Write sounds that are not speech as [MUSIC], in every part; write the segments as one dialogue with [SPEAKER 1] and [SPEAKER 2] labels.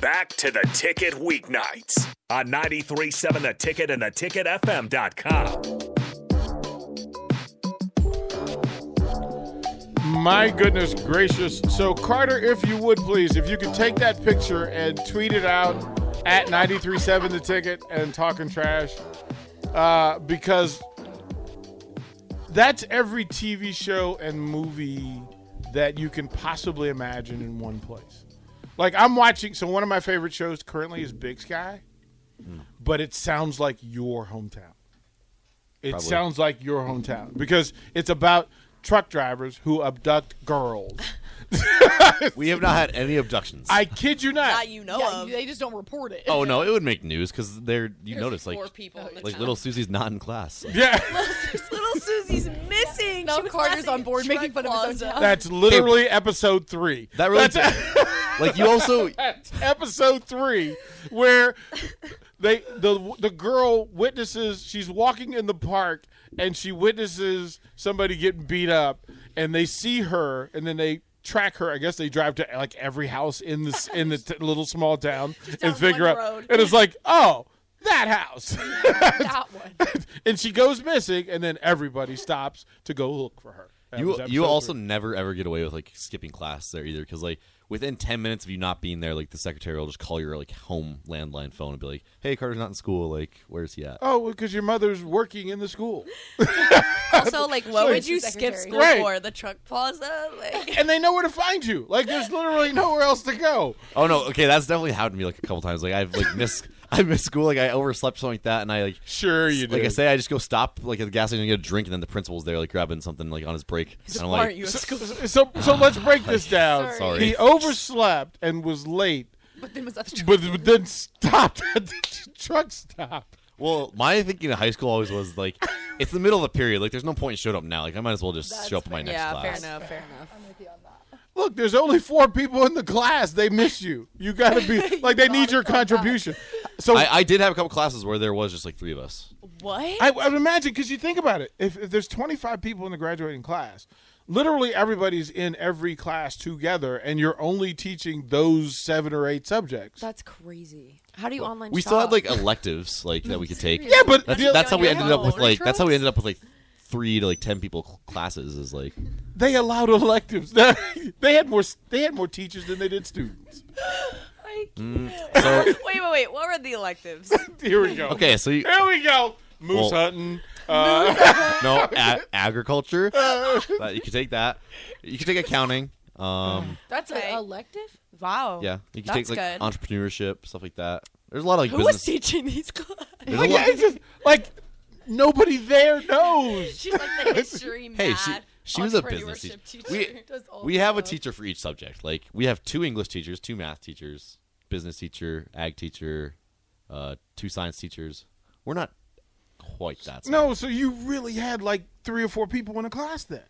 [SPEAKER 1] Back to the Ticket Weeknights on 93.7 The Ticket and theticketfm.com.
[SPEAKER 2] My goodness gracious. So, Carter, if you would please, if you could take that picture and tweet it out at 937 the ticket and talking trash, uh, because that's every TV show and movie that you can possibly imagine in one place. Like, I'm watching, so one of my favorite shows currently is Big Sky, but it sounds like your hometown. It sounds like your hometown because it's about truck drivers who abduct girls.
[SPEAKER 3] We have not had any abductions.
[SPEAKER 2] I kid you [LAUGHS] not.
[SPEAKER 4] That you know
[SPEAKER 5] Yeah,
[SPEAKER 4] of.
[SPEAKER 5] they just don't report it.
[SPEAKER 3] oh no, it would make news because they're you
[SPEAKER 5] There's
[SPEAKER 3] notice
[SPEAKER 5] like
[SPEAKER 3] like
[SPEAKER 5] four people in the
[SPEAKER 3] like
[SPEAKER 5] town.
[SPEAKER 3] little Susie's not
[SPEAKER 2] [LAUGHS]
[SPEAKER 3] in class.
[SPEAKER 2] yeah,
[SPEAKER 4] [LAUGHS] Little Susie's missing.
[SPEAKER 5] Now
[SPEAKER 4] She was
[SPEAKER 5] Carter's
[SPEAKER 4] last
[SPEAKER 5] on
[SPEAKER 4] in
[SPEAKER 5] board
[SPEAKER 4] Truck
[SPEAKER 5] making fun of his own
[SPEAKER 4] Plaza.
[SPEAKER 5] town.
[SPEAKER 2] that's literally episode three.
[SPEAKER 3] That really
[SPEAKER 2] That's- [LAUGHS]
[SPEAKER 3] like you also
[SPEAKER 2] episode three where they the the girl witnesses she's walking in the park and she witnesses somebody getting beat up and they see her and then they track her i guess they drive to like every house in this in the t- little small town
[SPEAKER 4] down
[SPEAKER 2] and figure
[SPEAKER 4] one
[SPEAKER 2] out
[SPEAKER 4] road.
[SPEAKER 2] and it's like oh that house [LAUGHS]
[SPEAKER 5] that one.
[SPEAKER 2] and she goes missing and then everybody stops to go look for her That was
[SPEAKER 3] you
[SPEAKER 2] episode
[SPEAKER 3] you also
[SPEAKER 2] three.
[SPEAKER 3] never ever get away with like skipping class there either because like within 10 minutes of you not being there like the secretary will just call your like home landline phone and be like hey carter's not in school like where's he at
[SPEAKER 2] oh because your mother's working in the school
[SPEAKER 4] [LAUGHS] Also, like, what would you
[SPEAKER 5] Secretary.
[SPEAKER 4] skip school
[SPEAKER 2] Right.
[SPEAKER 4] for? The truck plaza? Like,
[SPEAKER 2] and they know where to find you like there's literally nowhere else to go
[SPEAKER 3] oh no okay that's definitely happened to me like a couple times like i've like missed [LAUGHS] i missed school like i overslept something like that and i like
[SPEAKER 2] Sure, you
[SPEAKER 3] like
[SPEAKER 2] did.
[SPEAKER 3] I say, I just go stop like at the gas station and get a drink, and then the principal's there like grabbing something like on his break. and I'm
[SPEAKER 4] why
[SPEAKER 3] like,
[SPEAKER 4] aren't you at school?
[SPEAKER 2] So, so let's break this down.
[SPEAKER 3] [SIGHS] Sorry.
[SPEAKER 2] He overslept and was late,
[SPEAKER 5] [LAUGHS] But then was that the
[SPEAKER 2] but, but then stopped at the truck stop.
[SPEAKER 3] Well, my thinking in high school always was
[SPEAKER 4] [LAUGHS]
[SPEAKER 3] like, it's the middle of the period. Like, there's no point in showing up now. Like, I might as well just show up in my next
[SPEAKER 4] yeah,
[SPEAKER 3] class.
[SPEAKER 4] fair enough, fair enough.
[SPEAKER 2] Look, there's only four people in the class. They miss you. You gotta
[SPEAKER 3] [LAUGHS]
[SPEAKER 2] be like they need your contribution. So
[SPEAKER 3] I,
[SPEAKER 2] I,
[SPEAKER 3] I did have a couple classes where there was just like three of us.
[SPEAKER 4] What?
[SPEAKER 2] I, would imagine because you think about it, if, if there's 25 people in the graduating class, literally everybody's in every class together, and you're only teaching those seven or eight subjects.
[SPEAKER 5] That's crazy.
[SPEAKER 4] How do you online
[SPEAKER 3] We
[SPEAKER 4] shop?
[SPEAKER 3] still had like electives like that we could take.
[SPEAKER 2] yeah, but
[SPEAKER 3] that's,
[SPEAKER 2] the-
[SPEAKER 3] that's how we
[SPEAKER 4] yeah.
[SPEAKER 3] ended up with like that's how we
[SPEAKER 5] Retros?
[SPEAKER 3] ended up with like three to like ten people cl- classes is like
[SPEAKER 2] they allowed electives. [LAUGHS] they had more. They had more teachers than they did students. [LAUGHS]
[SPEAKER 4] Like-
[SPEAKER 3] Mm,
[SPEAKER 5] [LAUGHS]
[SPEAKER 3] so
[SPEAKER 4] [LAUGHS] wait, wait, wait. What were the electives?
[SPEAKER 2] Here we go.
[SPEAKER 3] okay
[SPEAKER 4] [LAUGHS]
[SPEAKER 3] so you,
[SPEAKER 2] Here we go. Moose
[SPEAKER 3] Well-
[SPEAKER 2] hunting.
[SPEAKER 3] no a- agriculture That- you could take that you could take accounting um
[SPEAKER 5] That's
[SPEAKER 4] Okay.
[SPEAKER 5] a elective.
[SPEAKER 4] wow.
[SPEAKER 3] yeah you could
[SPEAKER 4] That's
[SPEAKER 3] take like
[SPEAKER 4] good.
[SPEAKER 3] entrepreneurship stuff like that there's a lot of like
[SPEAKER 4] Who was
[SPEAKER 3] business
[SPEAKER 4] teaching
[SPEAKER 5] [LAUGHS]
[SPEAKER 4] these classes?
[SPEAKER 3] there's a
[SPEAKER 2] Like,
[SPEAKER 3] lot-
[SPEAKER 2] it's just, like nobody there knows.
[SPEAKER 5] She's like the history
[SPEAKER 3] [LAUGHS] Hey, she- she was a business
[SPEAKER 5] entrepreneurship
[SPEAKER 3] teacher. We-
[SPEAKER 5] Does all
[SPEAKER 3] we
[SPEAKER 5] the
[SPEAKER 3] have a
[SPEAKER 5] stuff.
[SPEAKER 3] teacher for each subject. Like we have two English teachers, two math teachers, business teacher, ag teacher, uh, two science teachers. We're not quite that. smart.
[SPEAKER 2] No, so you really had like three or four people in a class then.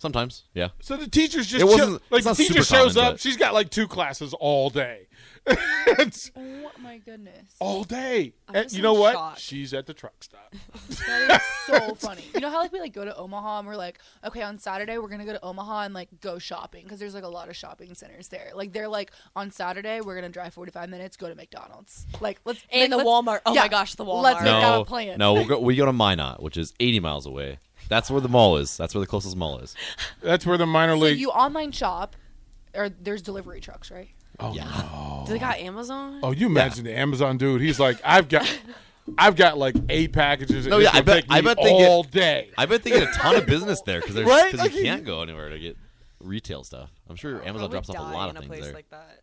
[SPEAKER 3] sometimes, yeah.
[SPEAKER 2] So the teacher's just
[SPEAKER 3] It
[SPEAKER 2] chill-
[SPEAKER 3] wasn't-
[SPEAKER 2] like
[SPEAKER 3] it's
[SPEAKER 2] the
[SPEAKER 3] not super
[SPEAKER 2] teacher shows
[SPEAKER 3] common,
[SPEAKER 2] up.
[SPEAKER 3] but-
[SPEAKER 2] She's got like two classes all day. [LAUGHS] It's
[SPEAKER 5] Oh my goodness.
[SPEAKER 2] all day.
[SPEAKER 5] I'm
[SPEAKER 2] And
[SPEAKER 5] just
[SPEAKER 2] you
[SPEAKER 5] in
[SPEAKER 2] know what?
[SPEAKER 5] shock.
[SPEAKER 2] She's at the truck stop.
[SPEAKER 5] [LAUGHS] That is
[SPEAKER 3] [LAUGHS]
[SPEAKER 5] so funny. You know how like we like go to Omaha and we're like, okay, on Saturday we're gonna go to Omaha and like go shopping because there's like a lot of shopping centers there. Like they're like on Saturday we're gonna drive 45 minutes, go to McDonald's. Like let's
[SPEAKER 4] And
[SPEAKER 5] like,
[SPEAKER 4] the
[SPEAKER 5] let's-
[SPEAKER 4] Walmart. Oh
[SPEAKER 5] yeah.
[SPEAKER 4] my gosh, the Walmart.
[SPEAKER 5] Let's make
[SPEAKER 3] no,
[SPEAKER 5] that a plan.
[SPEAKER 3] no. We'll go, we go to Minot, which is 80 miles away. That's where the mall is. That's where the closest mall is.
[SPEAKER 2] That's where the minor
[SPEAKER 5] So
[SPEAKER 2] league.
[SPEAKER 5] you online shop, or there's delivery trucks, right?
[SPEAKER 2] oh,
[SPEAKER 3] Yeah.
[SPEAKER 4] Do they got Amazon?
[SPEAKER 2] oh, you imagine the Amazon dude? He's like, I've got, I've got like eight packages. and
[SPEAKER 3] No,
[SPEAKER 2] it's
[SPEAKER 3] yeah, I
[SPEAKER 2] gonna
[SPEAKER 3] bet-
[SPEAKER 2] take me
[SPEAKER 3] I bet they get-
[SPEAKER 2] all day.
[SPEAKER 3] I bet they get a ton of business there because
[SPEAKER 2] Right? Like,
[SPEAKER 3] you
[SPEAKER 2] you-
[SPEAKER 3] can't go anywhere to get retail stuff. I'm
[SPEAKER 4] Oh,
[SPEAKER 3] sure Amazon drops off a lot of
[SPEAKER 4] in a
[SPEAKER 3] things
[SPEAKER 4] place
[SPEAKER 3] there.
[SPEAKER 4] like that.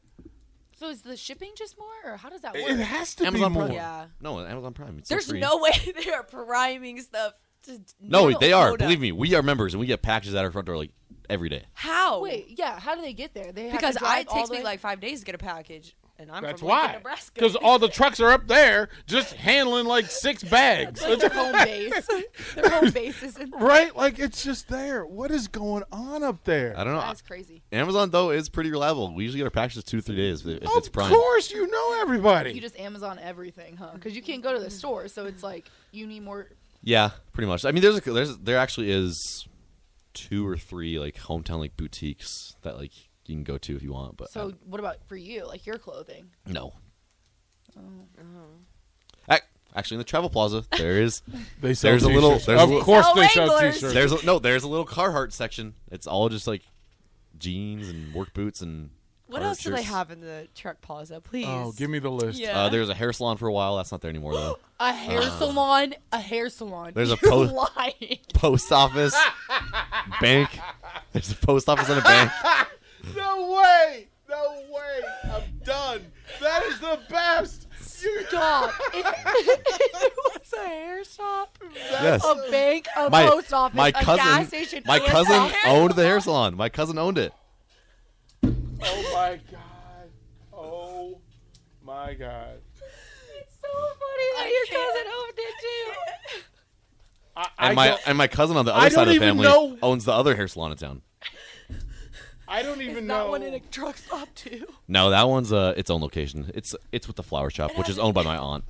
[SPEAKER 5] So is the shipping just more, or how does that work?
[SPEAKER 2] It has to
[SPEAKER 3] Amazon
[SPEAKER 2] be
[SPEAKER 3] Prime.
[SPEAKER 2] more.
[SPEAKER 4] Yeah.
[SPEAKER 3] No, Amazon Prime. It's so
[SPEAKER 4] There's
[SPEAKER 3] free.
[SPEAKER 4] no [LAUGHS] way they are priming stuff. To
[SPEAKER 3] No,
[SPEAKER 4] no
[SPEAKER 3] they are.
[SPEAKER 4] quota.
[SPEAKER 3] Believe me, we are members, and we get packages at our front door like every day.
[SPEAKER 4] How?
[SPEAKER 5] Wait, yeah. How do they get there? They have
[SPEAKER 4] because
[SPEAKER 5] to
[SPEAKER 4] I
[SPEAKER 5] drive
[SPEAKER 4] it
[SPEAKER 5] all
[SPEAKER 4] takes
[SPEAKER 5] the
[SPEAKER 4] me
[SPEAKER 5] way-
[SPEAKER 4] like five days to get a package, and I'm
[SPEAKER 2] That's
[SPEAKER 4] from Lincoln,
[SPEAKER 2] why.
[SPEAKER 4] Nebraska.
[SPEAKER 2] Because all the trucks are up there just handling like
[SPEAKER 5] [LAUGHS]
[SPEAKER 2] six bags.
[SPEAKER 5] It's like their
[SPEAKER 3] [LAUGHS]
[SPEAKER 5] home base. their home base is in.
[SPEAKER 2] right? Like it's just there. What is going on up there?
[SPEAKER 3] I don't know.
[SPEAKER 5] That's crazy.
[SPEAKER 3] Amazon though is pretty reliable. We usually get our packages two to three days if, if
[SPEAKER 2] Of
[SPEAKER 3] it's Prime.
[SPEAKER 2] course, you know everybody.
[SPEAKER 5] You just Amazon everything, huh? Because you can't go to the store, so it's like you need more.
[SPEAKER 3] Yeah, pretty much. I mean, there's a, there's there actually is two or three like hometown like boutiques that like you can go to if you want. But
[SPEAKER 5] So
[SPEAKER 3] I-
[SPEAKER 5] what about for you? Like your clothing?
[SPEAKER 3] no. Ac- Actually, in the Travel Plaza, there is
[SPEAKER 2] They sell
[SPEAKER 3] There's a little-
[SPEAKER 2] t-shirts.
[SPEAKER 3] there's a
[SPEAKER 2] of
[SPEAKER 3] little-
[SPEAKER 2] course
[SPEAKER 4] Sell
[SPEAKER 2] they sell
[SPEAKER 4] Wranglers.
[SPEAKER 2] t-shirts.
[SPEAKER 3] there's a, no there's a little Carhartt section. It's all just like jeans and work boots and. uh,
[SPEAKER 4] What
[SPEAKER 3] Carhartt
[SPEAKER 4] else do they
[SPEAKER 3] shirts.
[SPEAKER 4] have in the truck plaza? Please.
[SPEAKER 2] oh, give me the list.
[SPEAKER 4] Yeah.
[SPEAKER 3] Uh, there was a hair salon for a while. That's not there anymore though.
[SPEAKER 5] A hair salon? A hair salon?
[SPEAKER 3] Uh, There's a
[SPEAKER 5] You're
[SPEAKER 3] post-
[SPEAKER 5] lying. [LAUGHS]
[SPEAKER 3] Post office, bank. There's a post office and a bank.
[SPEAKER 2] No way! No way! I'm done. That is the best.
[SPEAKER 4] [LAUGHS]
[SPEAKER 5] Stop. [LAUGHS]
[SPEAKER 4] it was a hair shop,
[SPEAKER 3] Yes.
[SPEAKER 5] a bank, a
[SPEAKER 3] my
[SPEAKER 5] post office,
[SPEAKER 3] my
[SPEAKER 5] a
[SPEAKER 3] cousin
[SPEAKER 5] gas station.
[SPEAKER 3] my
[SPEAKER 5] and a
[SPEAKER 3] cousin um, [LAUGHS]
[SPEAKER 5] hair
[SPEAKER 3] owned the hair salon. My cousin owned it.
[SPEAKER 2] Oh my god. Oh my god.
[SPEAKER 4] so funny that
[SPEAKER 5] I
[SPEAKER 4] your
[SPEAKER 5] can't.
[SPEAKER 4] cousin
[SPEAKER 5] [LAUGHS]
[SPEAKER 4] owned it too.
[SPEAKER 2] I,
[SPEAKER 3] And
[SPEAKER 2] I
[SPEAKER 3] my
[SPEAKER 2] don't,
[SPEAKER 3] and my cousin on the
[SPEAKER 2] I
[SPEAKER 3] other
[SPEAKER 2] don't
[SPEAKER 3] side of the
[SPEAKER 2] even
[SPEAKER 3] family
[SPEAKER 2] know-
[SPEAKER 3] owns the other hair salon in town.
[SPEAKER 2] I don't even
[SPEAKER 5] Is
[SPEAKER 2] know.
[SPEAKER 5] that one in a truck stop too?
[SPEAKER 3] No, that one's uh its own location. It's it's with the flower shop, which is owned by
[SPEAKER 5] [LAUGHS]
[SPEAKER 3] my aunt.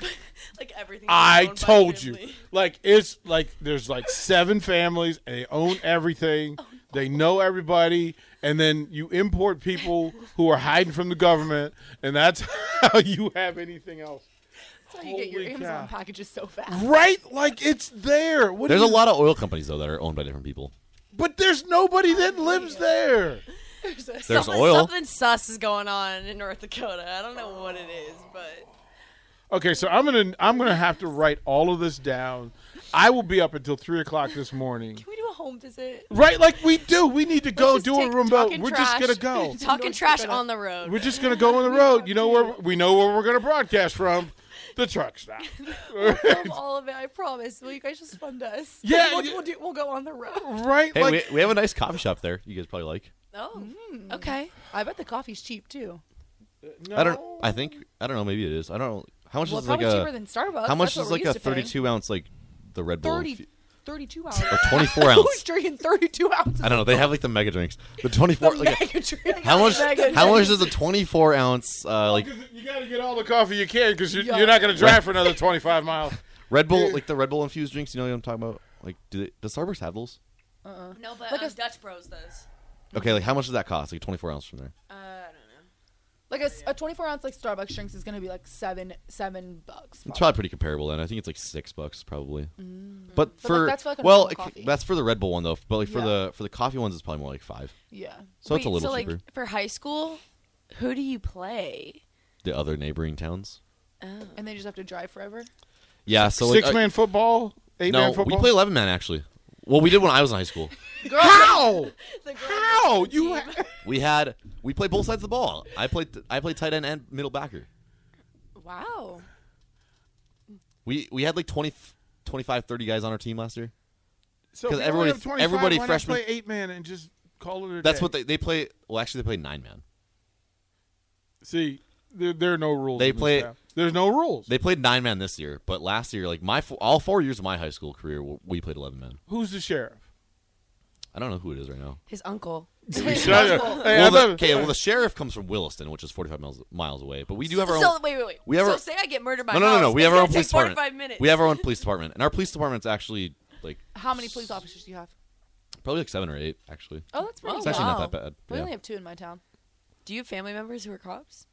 [SPEAKER 4] [LAUGHS] Like everything.
[SPEAKER 2] I
[SPEAKER 4] was owned by
[SPEAKER 2] told you.
[SPEAKER 4] family.
[SPEAKER 2] Like it's like there's like seven families and they own
[SPEAKER 4] Oh,
[SPEAKER 2] everything. They know everybody and then you import people who are hiding from the government and that's [LAUGHS] how you have anything else.
[SPEAKER 5] That's how you get your
[SPEAKER 2] Holy
[SPEAKER 5] Amazon
[SPEAKER 2] cow.
[SPEAKER 5] packages so fast.
[SPEAKER 2] Right? Like it's there. What do
[SPEAKER 3] There's a
[SPEAKER 2] you-
[SPEAKER 3] lot of oil companies though that are owned by different people.
[SPEAKER 2] But there's nobody that lives there.
[SPEAKER 3] There's
[SPEAKER 4] something,
[SPEAKER 3] oil.
[SPEAKER 4] Something sus is going on in North Dakota. I don't know what it is, but
[SPEAKER 2] Okay, so I'm gonna I'm gonna have to write all of this down. I will be up until three o'clock this morning.
[SPEAKER 5] Can we do a home visit?
[SPEAKER 2] Right, like we do. We need to go
[SPEAKER 5] just
[SPEAKER 2] do a
[SPEAKER 5] take
[SPEAKER 2] remote.
[SPEAKER 5] talking
[SPEAKER 2] We're just gonna
[SPEAKER 5] trash. [LAUGHS]
[SPEAKER 2] go.
[SPEAKER 4] [LAUGHS] talking
[SPEAKER 5] North
[SPEAKER 4] trash
[SPEAKER 5] Dakota.
[SPEAKER 4] on the road.
[SPEAKER 2] We're just gonna go on the road. You know where we know where we're gonna broadcast from, the truck stop.
[SPEAKER 5] Film all of it, I promise. Will you guys just
[SPEAKER 3] [LAUGHS]
[SPEAKER 5] fund us?
[SPEAKER 2] Yeah,
[SPEAKER 5] we'll,
[SPEAKER 2] yeah.
[SPEAKER 5] we'll do, we'll go on the road.
[SPEAKER 2] Right?
[SPEAKER 3] Hey,
[SPEAKER 2] like
[SPEAKER 3] we, we have a nice coffee shop there. You guys probably like.
[SPEAKER 4] oh, okay.
[SPEAKER 5] I bet the coffee's cheap too.
[SPEAKER 2] no.
[SPEAKER 3] I don't. I think I don't know. Maybe it is. I don't know. How much
[SPEAKER 5] Well,
[SPEAKER 3] is like
[SPEAKER 5] probably cheaper
[SPEAKER 3] a
[SPEAKER 5] than Starbucks.
[SPEAKER 3] how much
[SPEAKER 5] That's
[SPEAKER 3] is like
[SPEAKER 5] what we're
[SPEAKER 3] a
[SPEAKER 5] used to paying.
[SPEAKER 3] 32 ounce like the Red Bull
[SPEAKER 5] 30, 32 ounces.
[SPEAKER 3] [LAUGHS] or
[SPEAKER 5] [LAUGHS]
[SPEAKER 3] 24
[SPEAKER 5] Who's
[SPEAKER 3] ounce?
[SPEAKER 5] drinking 32 ounces?
[SPEAKER 3] I don't know. They have like the mega drinks. The 24 like a-
[SPEAKER 5] Mega drink.
[SPEAKER 3] how much
[SPEAKER 5] Mega
[SPEAKER 3] how
[SPEAKER 5] drink.
[SPEAKER 3] much does a 24 ounce uh, like
[SPEAKER 2] 'Cause You gotta get all the coffee you can because you're,
[SPEAKER 5] Yeah.
[SPEAKER 2] you're not gonna drive for another 25 miles.
[SPEAKER 3] Red Bull like the Red Bull infused drinks? You know what I'm talking about? Like do they, does Starbucks have those?
[SPEAKER 4] No, but
[SPEAKER 5] Like
[SPEAKER 4] um,
[SPEAKER 5] a-
[SPEAKER 4] Dutch Bros does.
[SPEAKER 3] Okay, like how much does that cost? Like 24 ounce from there.
[SPEAKER 4] Uh, I don't know.
[SPEAKER 5] Like a, s- a 24 ounce like Starbucks drinks is gonna be like seven seven bucks.
[SPEAKER 3] It's
[SPEAKER 5] probably.
[SPEAKER 3] probably pretty comparable then. I think it's like six bucks probably. But for
[SPEAKER 5] that's for, like, a
[SPEAKER 3] well,
[SPEAKER 5] normal
[SPEAKER 3] it-
[SPEAKER 5] coffee.
[SPEAKER 3] that's for the Red Bull one though. But like for
[SPEAKER 5] Yeah.
[SPEAKER 3] the for the coffee ones, it's probably more like five.
[SPEAKER 5] Yeah.
[SPEAKER 3] So it's a
[SPEAKER 4] Wait,
[SPEAKER 3] little
[SPEAKER 4] so
[SPEAKER 3] cheaper.
[SPEAKER 4] like for high school, who do you play?
[SPEAKER 3] The other neighboring towns.
[SPEAKER 4] Oh.
[SPEAKER 5] And they just have to drive forever.
[SPEAKER 3] Yeah. So like,
[SPEAKER 2] Six
[SPEAKER 3] I-
[SPEAKER 2] man football, eight
[SPEAKER 3] no,
[SPEAKER 2] man football.
[SPEAKER 3] we play 11 man actually. Well, we did when I was in high school.
[SPEAKER 5] [LAUGHS]
[SPEAKER 2] How?
[SPEAKER 4] The girl-
[SPEAKER 2] How? You?
[SPEAKER 3] We had we played both sides of the ball. I played I played tight end and middle backer.
[SPEAKER 4] Wow.
[SPEAKER 3] We we had like 20, 25, 30 guys on our team last year.
[SPEAKER 2] So
[SPEAKER 3] 'Cause
[SPEAKER 2] if we only
[SPEAKER 3] everybody-
[SPEAKER 2] have 25,
[SPEAKER 3] everybody
[SPEAKER 2] why not
[SPEAKER 3] freshman-
[SPEAKER 2] play eight man and just call it a
[SPEAKER 3] That's
[SPEAKER 2] day?
[SPEAKER 3] what they they play. Well, actually, they play nine man.
[SPEAKER 2] See, there, there are no rules.
[SPEAKER 3] They
[SPEAKER 2] in this
[SPEAKER 3] play-
[SPEAKER 2] town. There's no rules.
[SPEAKER 3] They played nine man this year, but last year, like my fo- all four years of my high school career, w- we played eleven man.
[SPEAKER 2] Who's the
[SPEAKER 5] [LAUGHS]
[SPEAKER 2] sheriff?
[SPEAKER 3] I don't know who it is right now.
[SPEAKER 4] His uncle.
[SPEAKER 2] Hey, I
[SPEAKER 3] Well, the-
[SPEAKER 2] thought-
[SPEAKER 3] okay, well the sheriff comes from Williston, which is forty five miles miles away, but we do have our
[SPEAKER 4] so
[SPEAKER 3] own.
[SPEAKER 4] wait, wait, wait.
[SPEAKER 3] we have
[SPEAKER 4] so
[SPEAKER 3] our-
[SPEAKER 4] say I get murdered by
[SPEAKER 3] No, no, no, no.
[SPEAKER 4] cops,
[SPEAKER 3] We have our own
[SPEAKER 4] it's gonna
[SPEAKER 3] police
[SPEAKER 4] take 45
[SPEAKER 3] department.
[SPEAKER 4] Minutes.
[SPEAKER 3] We have our own police department, and our police department's actually like
[SPEAKER 5] How many police officers do you have?
[SPEAKER 3] probably like seven or eight. Actually,
[SPEAKER 5] Oh, that's pretty.
[SPEAKER 3] it's actually
[SPEAKER 5] wow.
[SPEAKER 3] not that bad.
[SPEAKER 5] We
[SPEAKER 3] Yeah.
[SPEAKER 5] only have two in my town.
[SPEAKER 4] Do you have family members who are cops?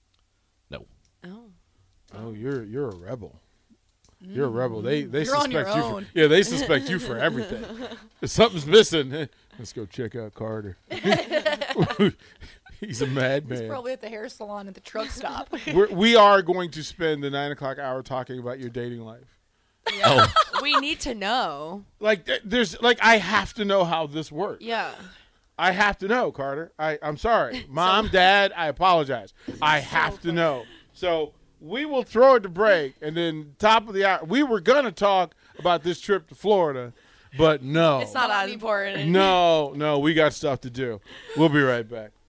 [SPEAKER 3] No,
[SPEAKER 4] Oh.
[SPEAKER 2] Oh, you're you're a rebel. You're a rebel. They they
[SPEAKER 5] You're on
[SPEAKER 2] suspect
[SPEAKER 5] your
[SPEAKER 2] you.
[SPEAKER 5] own.
[SPEAKER 2] For, yeah, they suspect you for
[SPEAKER 5] [LAUGHS]
[SPEAKER 2] everything. if something's missing, eh, let's go check out
[SPEAKER 5] [LAUGHS]
[SPEAKER 2] Carter. [LAUGHS] He's a
[SPEAKER 5] He's
[SPEAKER 2] madman.
[SPEAKER 5] probably at the hair salon at the truck [LAUGHS] stop.
[SPEAKER 2] We're, we are going to spend the nine o'clock hour talking about your dating life.
[SPEAKER 3] Oh.
[SPEAKER 4] [LAUGHS] Oh. we need to know.
[SPEAKER 2] Like th- there's like I have to know how this works.
[SPEAKER 4] Yeah.
[SPEAKER 2] I have to know, Carter. I, I'm sorry. Mom, Dad, I apologize. I have to know. So we will throw it to break and then top of the hour. We were gonna talk about this trip to Florida, but no.
[SPEAKER 4] It's not as important.
[SPEAKER 2] no, no, we got stuff to do. We'll be right back.